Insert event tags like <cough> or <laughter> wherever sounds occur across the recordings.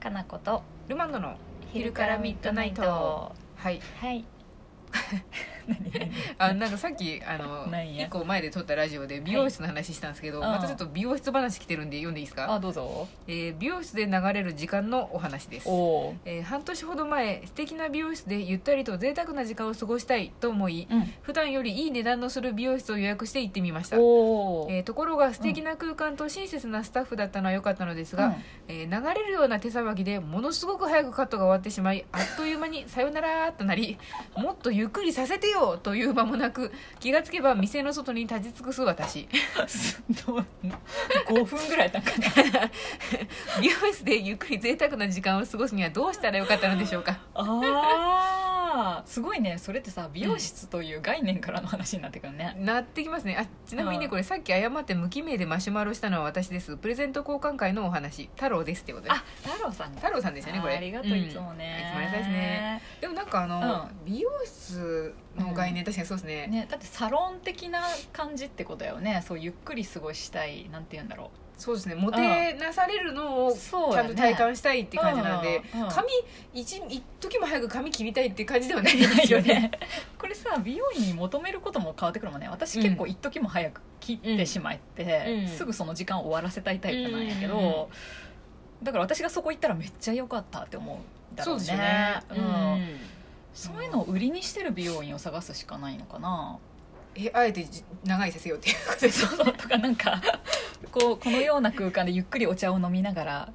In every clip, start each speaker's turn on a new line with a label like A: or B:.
A: かなこと
B: ルマンドの昼からミッドナイトはい
A: はい何何
B: あなんかさっきあの
A: なんや
B: 一個前で撮ったラジオで美容室の話したんですけど、
A: はい
B: またちょっと美容室話来てるんで読んでいいですか、
A: あどうぞ
B: えー美容室で流れる時間のお話です
A: おお
B: えー半年ほど前素敵な美容室でゆったりと贅沢な時間を過ごしたいと思い
A: うん
B: 普段よりいい値段のする美容室を予約して行ってみました、
A: おお
B: えーところが素敵な空間と親切なスタッフだったのは良かったのですが、えー流れるような手さばきでものすごく早くカットが終わってしまいあっという間に「さよなら」となりもっとゆっくりさせてよという間もなく気がつけば店の外に立ち尽くす私
A: 5分ぐらいだかな
B: 美容室でゆっくり贅沢な時間を過ごすにはどうしたらよかったのでしょうか
A: あーすごいねそれってさ美容室という概念からの話になってくるね、
B: なってきますねあちなみにね
A: うん
B: これさっき誤って無記名でマシュマロしたのは私ですプレゼント交換会のお話太郎ですってことで
A: あ太郎さん
B: 太郎さんでしたねこれ
A: あーありがとう、
B: ん
A: いつもね
B: いつもありがたいですねでもなんかあの、美容室の概念確かにそうですね、
A: ねだってサロン的な感じってことだよねそうゆっくり過ごしたいなんて言うんだろ
B: そうですねモテなされるの
A: う
B: を
A: そう
B: ちゃんと体
A: っ
B: 感したいって感じなので、髪一一時も早く髪切りたいって感じではないですよ
A: よ
B: ね
A: <laughs> ねこれさ美容院に求めることも変わってくるもんね私結構一時も早く切ってしまって、
B: うん
A: すぐその時間を終わらせたいタイプなんやけ
B: うんうんうん
A: ど、だから私がそこ行ったらめっちゃ良かったって思うだ
B: そ
A: ろ
B: う
A: う
B: で
A: ね
B: すよね、
A: う
B: うん
A: んそういうのを売りにしてる美容院を探すしかないのかな
B: えあえてじ長いさせようっていうことですよね、
A: とか <laughs> なんかこうこのような空間でゆっくりお茶を飲みながら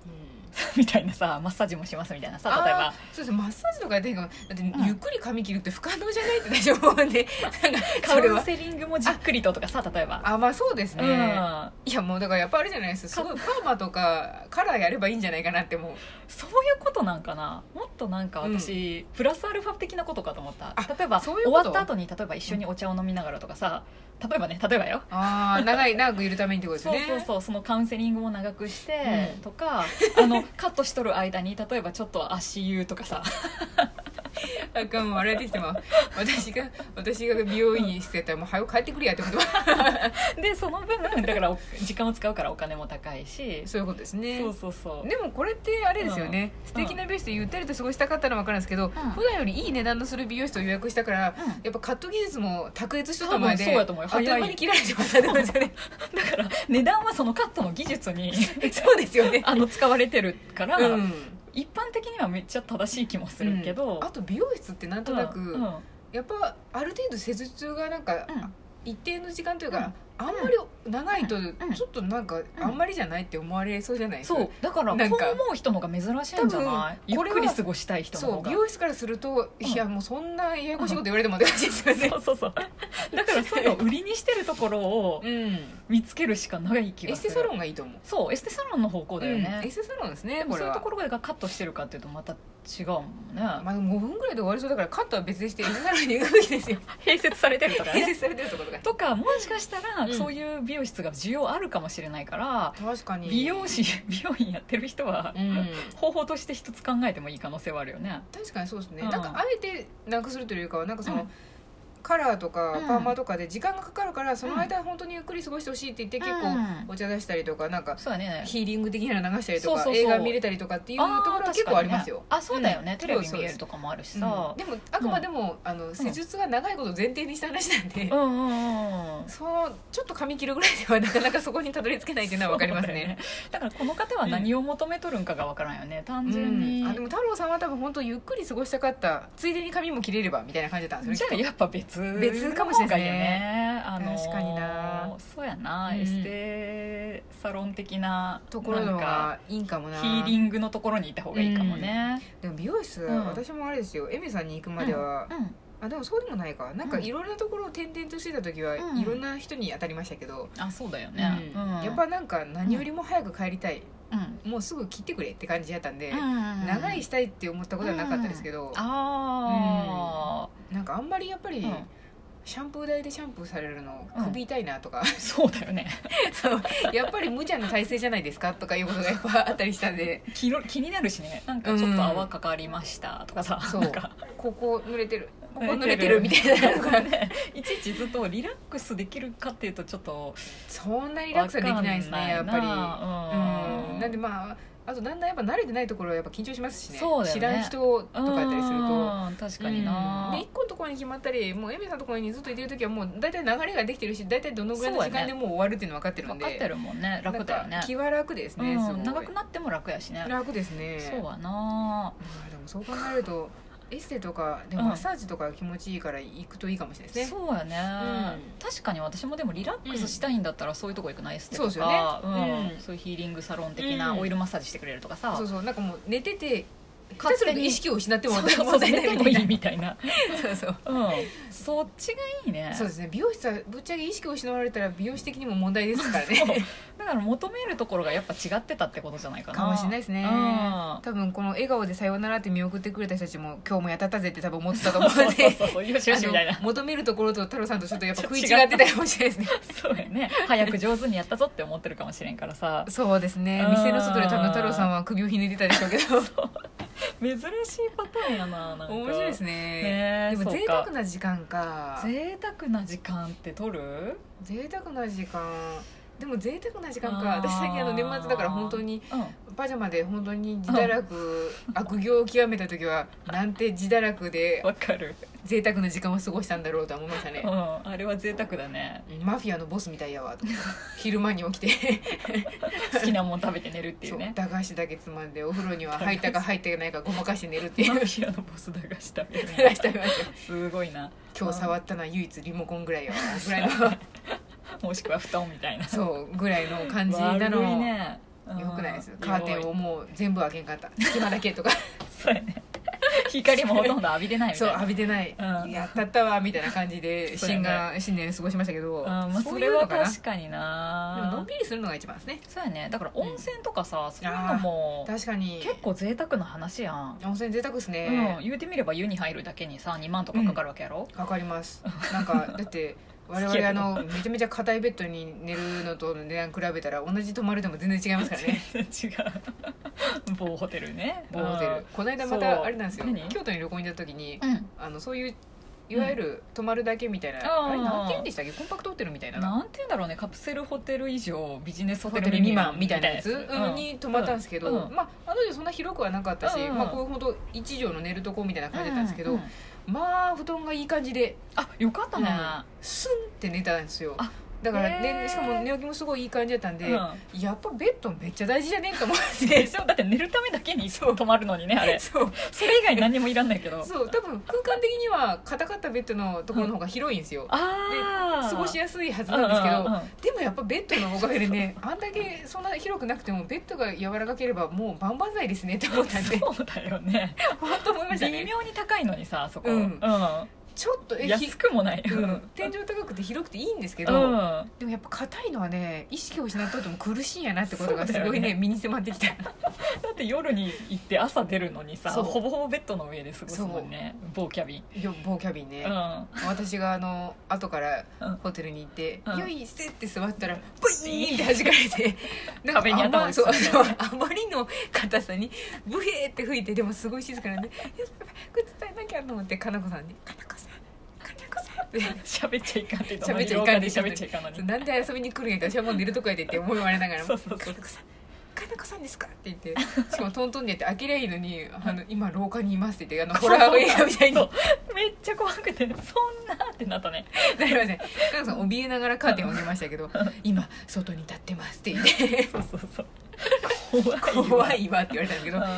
A: <laughs> みたいなさマッサージもしますみたいなさ例え
B: あ
A: ば
B: ーそうですねマッサージとかやってんけどだって
A: うん
B: ゆっくり髪切るって不可能じゃないって大丈夫なんでなんかそれ
A: カウン
B: は
A: セリングもじっくりととかさ例えば、
B: あまあそうです
A: う
B: ね、
A: ん、
B: いやもうだからやっぱあれじゃないですすごいパーマとかカラーやればいいんじゃないかなってもう
A: そういうことなんかなもっとなんか私、プラスアルファ的なことかと思った
B: あ
A: 例えば
B: そういうこと
A: 終わった後に例えば一緒にお茶を飲みながらとかさ例えばね例えばよ
B: ああ長い長くいるためにってことです
A: そう
B: ね
A: そうそうそのカウンセリングも長くして
B: うん
A: とか、あのカットしとる間に例えばちょっと足湯とかさ <laughs>
B: あかんもう笑えてきてまう私が私が美容院してたらもう早く帰ってくるやってこ
A: <laughs>
B: とは
A: でその分だからお時間を使うからお金も高いし
B: そういうことですね
A: そうそうそう
B: でもこれってあれですよね、素敵な美容室でゆったりと過ごしたかったのは分かるんですけど、普段よりいい値段のする美容室を予約したから、
A: うん
B: やっぱカット技術も卓越しとった前で
A: 多分そうやと思うよ
B: あっという間に切られてましたってことです
A: <laughs>
B: よね
A: だから値段はそのカットの技術
B: <laughs>
A: に
B: そうですよね
A: あの使われてるから、
B: うん
A: 一般的にはめっちゃ正しい気もするけど、
B: うんあと美容室ってなんとなく、
A: うんうん
B: やっぱある程度施術がなんか、
A: うん
B: 一定の時間というか、あんまり長いと
A: ん
B: ちょっとなんか
A: ん
B: あんまりじゃないって思われそうじゃないですか、
A: そうだからこ
B: なん
A: う
B: か
A: 思う人の方が珍しいんじゃないゆ
B: 多
A: っ
B: 分これは
A: くり過ごしたい人の
B: そ
A: 方
B: う
A: が
B: 美容室からすると、
A: ん
B: いやもうそんなややこしいこと言われてもって感じですよね
A: <laughs> そうそうそうだからそういうのを売りにしてるところを
B: うん
A: 見つけるしかない気
B: エ
A: が
B: ス
A: する
B: テサロンがいいと思う
A: そうエステサロンの方向だよね
B: うん、エ、ステサロンですね
A: でも
B: こ
A: そ
B: れ
A: ういう
B: は
A: ところがカットしてるかっていうとまた違うもんね、
B: まあ、でも5分ぐらいで終わりそうだからカットは別に <laughs> してエステサロンに行くべきですよ
A: 併設されてるとか
B: 併
A: ね
B: 設されてるところ
A: <laughs>
B: が
A: とかもしかしたら、
B: うん
A: そういう美容室が需要あるかもしれないから、
B: 確かに
A: 美容師 <laughs> 美容院やってる人は、
B: うん
A: 方法として一つ考えてもいい可能性はあるよね
B: 確かにそうですね、
A: うん
B: なんかあえてなくするというよりかはなんかその、
A: うん
B: カラーとか
A: うん
B: パーマとかで時間がかかるから、その間本当にゆっくり過ごしてほしいって言って結構お茶出したりとかなんか
A: そうだね
B: ヒーリング的なの流したりとか
A: そうそうそう
B: 映画見れたりとかっていうところは結構ありますよ。
A: あー確かにねあそうだよね、
B: うん
A: テレビ
B: そう
A: 見
B: で
A: え
B: す
A: るとかもあるし
B: うん
A: さ
B: でもあくまでも、あの施術が長いことを前提にした話なんで、
A: うんうんうんうん
B: そうちょっと髪切るぐらいではなかなかそこにたどり着けないっていうのは分かります
A: <laughs> そ
B: ね。
A: うだよだからこの方は何を求めとるんかがわからんよね単純に、
B: うん、あでも太郎さんは多分本当ゆっくり過ごしたかったついでに髪も切れればみたいな感じだったんです
A: じ
B: よ
A: ゃあ
B: きっ
A: やっぱ別
B: 別かもしれない
A: の方がい
B: ですね
A: いよねあのー
B: 確かにな
A: そうやな、
B: うん
A: エステサロン的な
B: とところの
A: な
B: 方
A: んか
B: がいいんかもな
A: ヒーリングのところにいた方がいいかもね、
B: でも美容室、
A: うん
B: 私もあれですよエミさんに行く
A: うん、
B: までは、
A: うん
B: あでもそうでもないかなんか
A: うん
B: いろんなところを転々としてた時は、
A: うん
B: いろんな人に当たりましたけど、
A: あそうだよね、
B: うんやっぱ、なんか何よりも早く帰りたい、
A: うん
B: もうすぐ切ってくれって感じやったんで、
A: うん
B: 長いしたいって思ったことはなかったですけど、
A: あ
B: なんかあんまりやっぱり、
A: ー、うん
B: シャンプー台でシャンプーされるの
A: うん
B: 首痛いなとか、 <laughs>
A: そうだよね
B: そうやっぱり無茶な体勢じゃないですかとかいうことがやっぱあったりした
A: <laughs>
B: んで
A: 気の気になるしねなんかちょっと泡かかりましたとかさ、
B: そう
A: なんか
B: ここ濡れてるここ濡れてるみたいなの
A: <laughs>
B: が
A: ねいちいちずっとリラックスできるかっていうとちょっと
B: そんなリラックスはできないですねやっぱり。
A: わかんな
B: うんなんでまああとだんだんやっぱ慣れてないところはやっぱ緊張しますしね
A: そうだよね
B: 知らん人とかやったりすると。
A: うん確かにな、
B: うんで1個のところに決まったりもうエミさんのところにずっといてる時はもう大体流れができてるし大体どのぐらいの時間でもう終わるっていうの分かってるん
A: 分
B: で
A: かってるもんね楽だよ
B: な
A: ね
B: んか気は楽ですね、す
A: う
B: ごい
A: ん、長くなっても楽やしね
B: 楽ですね
A: そうはな
B: まあでもそう考えるとエステとかでも
A: うん
B: マッサージとか気持ちいいから行くといいかもしれないですね、
A: そうやね、
B: うん
A: 確かに私もでもリラックスしたいんだったらそういうとこ行くないエステとか
B: そうですよ
A: う、
B: ねうんん
A: そういうヒーリングサロン的な
B: うん
A: オイルマッサージしてくれるとかさ、
B: そうそうなんかもう寝てて
A: 勝
B: 勝
A: 手
B: 手
A: に
B: に意識を失っても
A: そうそう
B: 全
A: 出て
B: 然
A: もいいみたいな、
B: <laughs> そうそう
A: うん、そっちがいいね
B: そうですね美容室はぶっちゃけ意識を失われたら美容師的にも問題ですからね
A: だから求めるところがやっぱ違ってたってことじゃないかな
B: かもしれないですね
A: うん
B: 多分この笑顔で「さようなら」って見送ってくれた人たちも今日もやったったぜって多分思ってたと思う
A: そう
B: の
A: そう
B: で
A: そうそうよしよしみたい
B: あ
A: な
B: の求めるところと太郎さんとちょっとやっぱ食い違
A: ちょっと違
B: っ
A: った
B: てたかもしれないですね
A: そうやね早く上手にやったぞって思ってるかもしれんからさ
B: そうですね
A: うん
B: 店の外で多分太郎さんは首をひねってたでしょう
A: <laughs>
B: けど
A: 珍しいパターンやななんか
B: 面白いです
A: ね
B: ね
A: え
B: でも
A: そう
B: 贅
A: か
B: 沢な時間か
A: 贅沢な時間って取る
B: 贅沢な時間でも贅沢な時間か
A: あー
B: 私最近あの年末だから本当に
A: う
B: パジャマで本当に自
A: <laughs>
B: 堕落悪行を極めた時はなんて自堕落で
A: んわかる、
B: 贅沢な時間を過ごしたんだろうとは思いました
A: <laughs> う
B: ね
A: ん、あれは贅沢だね
B: マフィアのボスみたいやわと昼間に起きて
A: 好きなもん食べて寝るってい
B: そうう
A: ね
B: 駄菓子だけつまんでお風呂には
A: 駄菓子
B: 入ったか入ってないかごまかして寝るってい
A: マ
B: う
A: フィアのボス駄菓子食べる
B: 出 <laughs> してました
A: すごいな
B: 今日触ったのは唯一リモコンぐらいやわぐ <laughs> らいの
A: もしくは布団みたいな
B: そうぐらいの感じなの
A: 悪いねうん
B: よくないですカーテン
A: よ
B: をもう全部開けんかった <laughs> 隙間だけとか
A: いそうやね <laughs> 光もほとんど浴びてないみ
B: そ
A: たい
B: う
A: な
B: 浴びてない、
A: うん
B: やったったわみたいな感じで
A: そうや
B: 新
A: ね
B: が新年過ごしましたけど、
A: あーまあ、
B: そ
A: そう
B: い
A: れ
B: う
A: は
B: のかな
A: 確かに
B: でものん
A: な
B: びりするのが一番ですね
A: そうやねだから温泉とかさ、そういうのも
B: 確かに
A: 結構贅沢な話やん、
B: 温泉贅沢です
A: う
B: ね
A: ん、、言うてみれば湯に入るだけにさ2万とかかかるわけやろ、
B: かかります <laughs> なんかだって我
A: 好き
B: 々
A: や
B: あ
A: けど
B: のめちゃめちゃ硬いベッドに寝るのとの値段比べたら同じ泊まるでも全然違いますから <laughs> ね
A: <laughs> 全然違う某ホテルね
B: 某ホテルこの間ま
A: そう
B: たあれなんですよ
A: 何
B: 京都に旅行に行った時に
A: うん、うん
B: あのそういういわゆる泊まるだけみたいな、
A: うん
B: あれ何て言うんでしたっけコンパクトホテルみたいな
A: なんて言うんだろうねカプセルホテル以上ビジネスホ
B: ホ
A: テ
B: テ
A: ル
B: ル未満みたいなやつ、
A: みたいなやつ
B: うんに泊まったんですけど、
A: うん
B: まああの時はそんな広くはなかったし、
A: うん
B: まあこういうほど一畳の寝るとこみたいな感じだったんですけど、
A: うう
B: まあ布団がいい感じで
A: あよかったね、
B: スンって寝たんですよ
A: あ
B: だから、
A: へ
B: ね、
A: ー
B: しかも寝起きもすごいいい感じだったんで、
A: うん
B: やっぱベッドめっちゃ大事じゃねえと思っ
A: で
B: て
A: しょだって寝るためだけに泊まるのにねあれ
B: <laughs> そう
A: それ以外何にもいらんないけど
B: そう多分空間的には硬かったベッドのところの方が広いんですよ、
A: ああ
B: 過ごしやすいはず
A: う
B: なんですけ
A: ん
B: ど、
A: うんうん
B: でもやっぱベッドのおかげでねあんだけそんな広くなくてもベッドが柔らかければもう万々歳ですねって思ったんで
A: そうだよね
B: 本当思いました
A: 微
B: ね
A: 妙に高いのにさあそこ、
B: うんちょっと
A: うん
B: えひ
A: 安くもない
B: うん、天井高くて広くていいんですけ
A: う
B: ど、
A: ん
B: でもやっぱ硬いのはね意識を失ったとも苦しいんやなってことがす
A: そう
B: ご
A: だよ
B: いね
A: ね
B: 身に迫ってきた
A: だって夜に行って朝出るのにさ
B: そう
A: ほぼほぼベッドの上で過ごすもんね某キャビン、
B: よ某キャビンね、 <laughs> 私があの後から
A: うん
B: ホテルに行って「
A: うん
B: よいせ」って座ったらブイーンって弾かれ
A: <laughs>
B: てなんか
A: 壁に頭
B: あま
A: 打ち
B: そう
A: された
B: そうあまりの硬さにブヘーって吹いてでもすごい静かなんで「やばいこれ伝えなきゃ」と思ってかなこさんに「かなこさんかなこさん」って
A: 喋っちゃいかんって言った
B: 喋っちゃいかんって言った
A: 喋
B: のに
A: っちゃいかんのに
B: そうなんで遊びに来るんやったら私はもう寝るとこやでって思い言われながらも
A: そうそうそう
B: かなこさんかなこさんですか?」って言ってしかもトントンでやって開けりゃいいのに「あの今廊下にいます」って言ってあのホラー映画みたいに
A: そ
B: な
A: うめっちゃ怖くてそんなってなったね
B: <laughs> りませんかなこさん怯えながらカーテンを開けまし
A: <laughs>
B: たけど「今外に立ってます」って言って
A: そうそうそう
B: 「怖いわ」って言われたんだけ
A: う
B: ど
A: ん
B: 「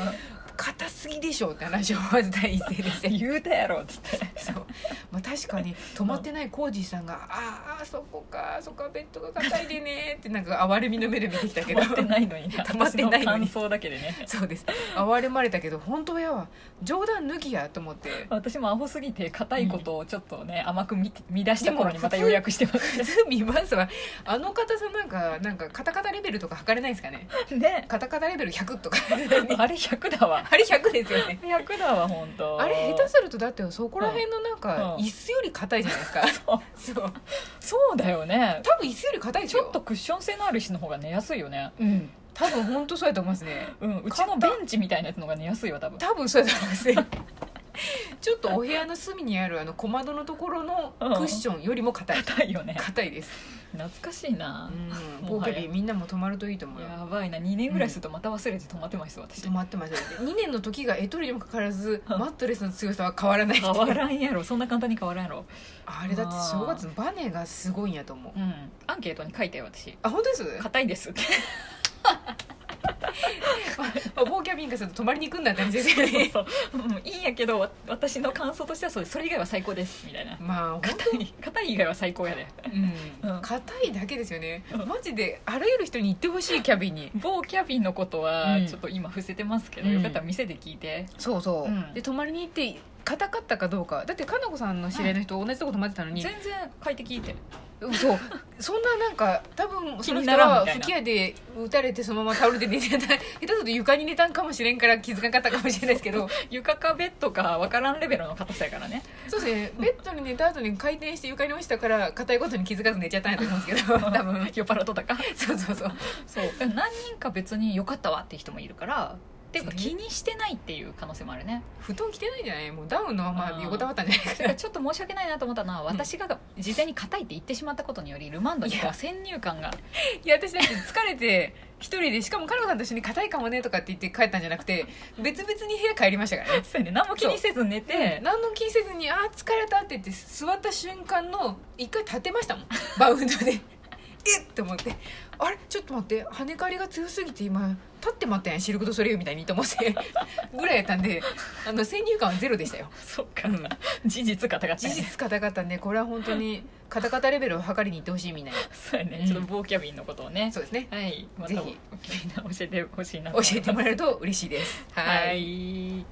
B: 硬すぎでしょ」って話をまず第一声でして
A: 言うたやろっつって <laughs>
B: そうまあ、確かに泊まってないコージーさんが「ああそこかそこはベッドが硬いでね」ってなんか哀れみの目で見てきた
A: 止
B: けど
A: まってないのに <laughs> ね
B: 止まってないのに
A: 私感想だけでね
B: そうです哀れまれたけど本当やわ冗談抜きやと思って
A: 私もアホすぎて硬いことをちょっとね、甘く見て見出した頃にまた予約してます
B: 普通見ますわあの硬さなんかなんかカタカタレベルとか測れないんですかね
A: <laughs> ね
B: カタカタレベル100とか
A: <laughs> あれ100だわ
B: あれ100ですよね
A: 100だわ本当
B: あれ下手するとだってそこら辺のなんか
A: うん
B: 椅子より硬いじゃないですか
A: そう
B: <laughs> そう
A: そうだよね
B: 多分椅子より硬いです
A: ち
B: よ
A: ょっとクッション性のある石の方が寝やすいよね
B: うん多分本当そうやと思いますね
A: うんうちのベンチみたいなやつの方が寝やすいわ多分
B: 多分そうやと思いますね <laughs> ちょっとお部屋の隅にあるあの小窓のところのクッションよりも硬い
A: 硬いよね
B: 硬いです
A: 懐かしいな、
B: う
A: も
B: ん、ボ
A: は
B: ー
A: や
B: ケビーみんなも泊まるといいと思うよ
A: やばいな2年ぐらいするとまた忘れて止まってました私
B: 止まってません2年の時がエトリにもかかわらずマットレスの強さは変わらな
A: <laughs>
B: い
A: 変わらんやろそんな簡単に変わらんやろ
B: あれだって正月バネがすごいんやと思う
A: うんアンケートに書いたよ私
B: あ本当です
A: 硬いですって
B: ま <laughs> あ、ボーキャビンがすると泊まりに行くんだって感じです
A: <laughs>
B: よ
A: そう
B: ね
A: そう、うん、いいんやけどわ私の感想としてはそれそれ以外は最高ですみたい
B: <laughs>
A: な
B: まあほん
A: 硬い硬い以外は最高やで
B: うん硬いだけですよねマジであらゆる人に行ってほしいキャビンに
A: 某キャビンのことは
B: うん
A: ちょっと今伏せてますけど、
B: うん
A: よかったら店で聞いて
B: そうそう、
A: うん
B: で泊まりに行って硬かったかどうかだってかなこさんの知り合いの人同じとこ泊まってたのに、
A: 全然快適って
B: そうそんななんか多分そ
A: 気
B: の人
A: にならん
B: は
A: みたい
B: 吹
A: な
B: き矢で打たれてそのままタオルで寝てた下手すると床に寝たんかもしれんから気づかなかったかもしれないです <laughs> けど
A: 床かベッドか分からんレベルの硬さやからね
B: そうですねベッドに寝た後に回転して床に落ちたから硬いことに気づかず寝ちゃったんやと思うんですけど <laughs> 多分
A: 酔っ払っとったか
B: そうそうそう
A: そう何人か別に良かったわっていう人もいるからっていうか
B: え
A: 気にしてないっていう可能性もあるね
B: 布団着てないんじゃないもうダウンのま
A: あ
B: ま
A: ー
B: 横たわったんじゃない
A: だ
B: か
A: か
B: な
A: らちょっと申し訳ないなと思ったのは私が事前に硬いって言ってしまったことによりルマンドにこ
B: いうや
A: 先入観が
B: いや私だって疲れて一人でしかもかのこさんと一緒に硬いかもねとかって言って帰ったんじゃなくて別々に部屋帰りましたからね
A: そうやね何も気にせず寝て
B: 何の気にせずに「あー疲れた」って言って座った瞬間の一回立てましたもんバウンドでえっと思って「あれちょっと待って跳ね返りが強すぎて今立ってまったやんシルク・ド・ソレイユみたいに」と思ってぐらいやったんであの先入観はゼロでしたよ
A: そうか、事実方が
B: 事
A: ね
B: 実カタカタねこれは本当にカタカタレベルを測りに行ってほしいみんなに
A: そうやね、
B: うん
A: ちょっと棒キャビンのことをね
B: そうですね
A: はいまた
B: ぜ
A: み
B: ひ
A: んな教えてほしいなと思
B: 教
A: います
B: えてもらえると嬉しいです
A: はい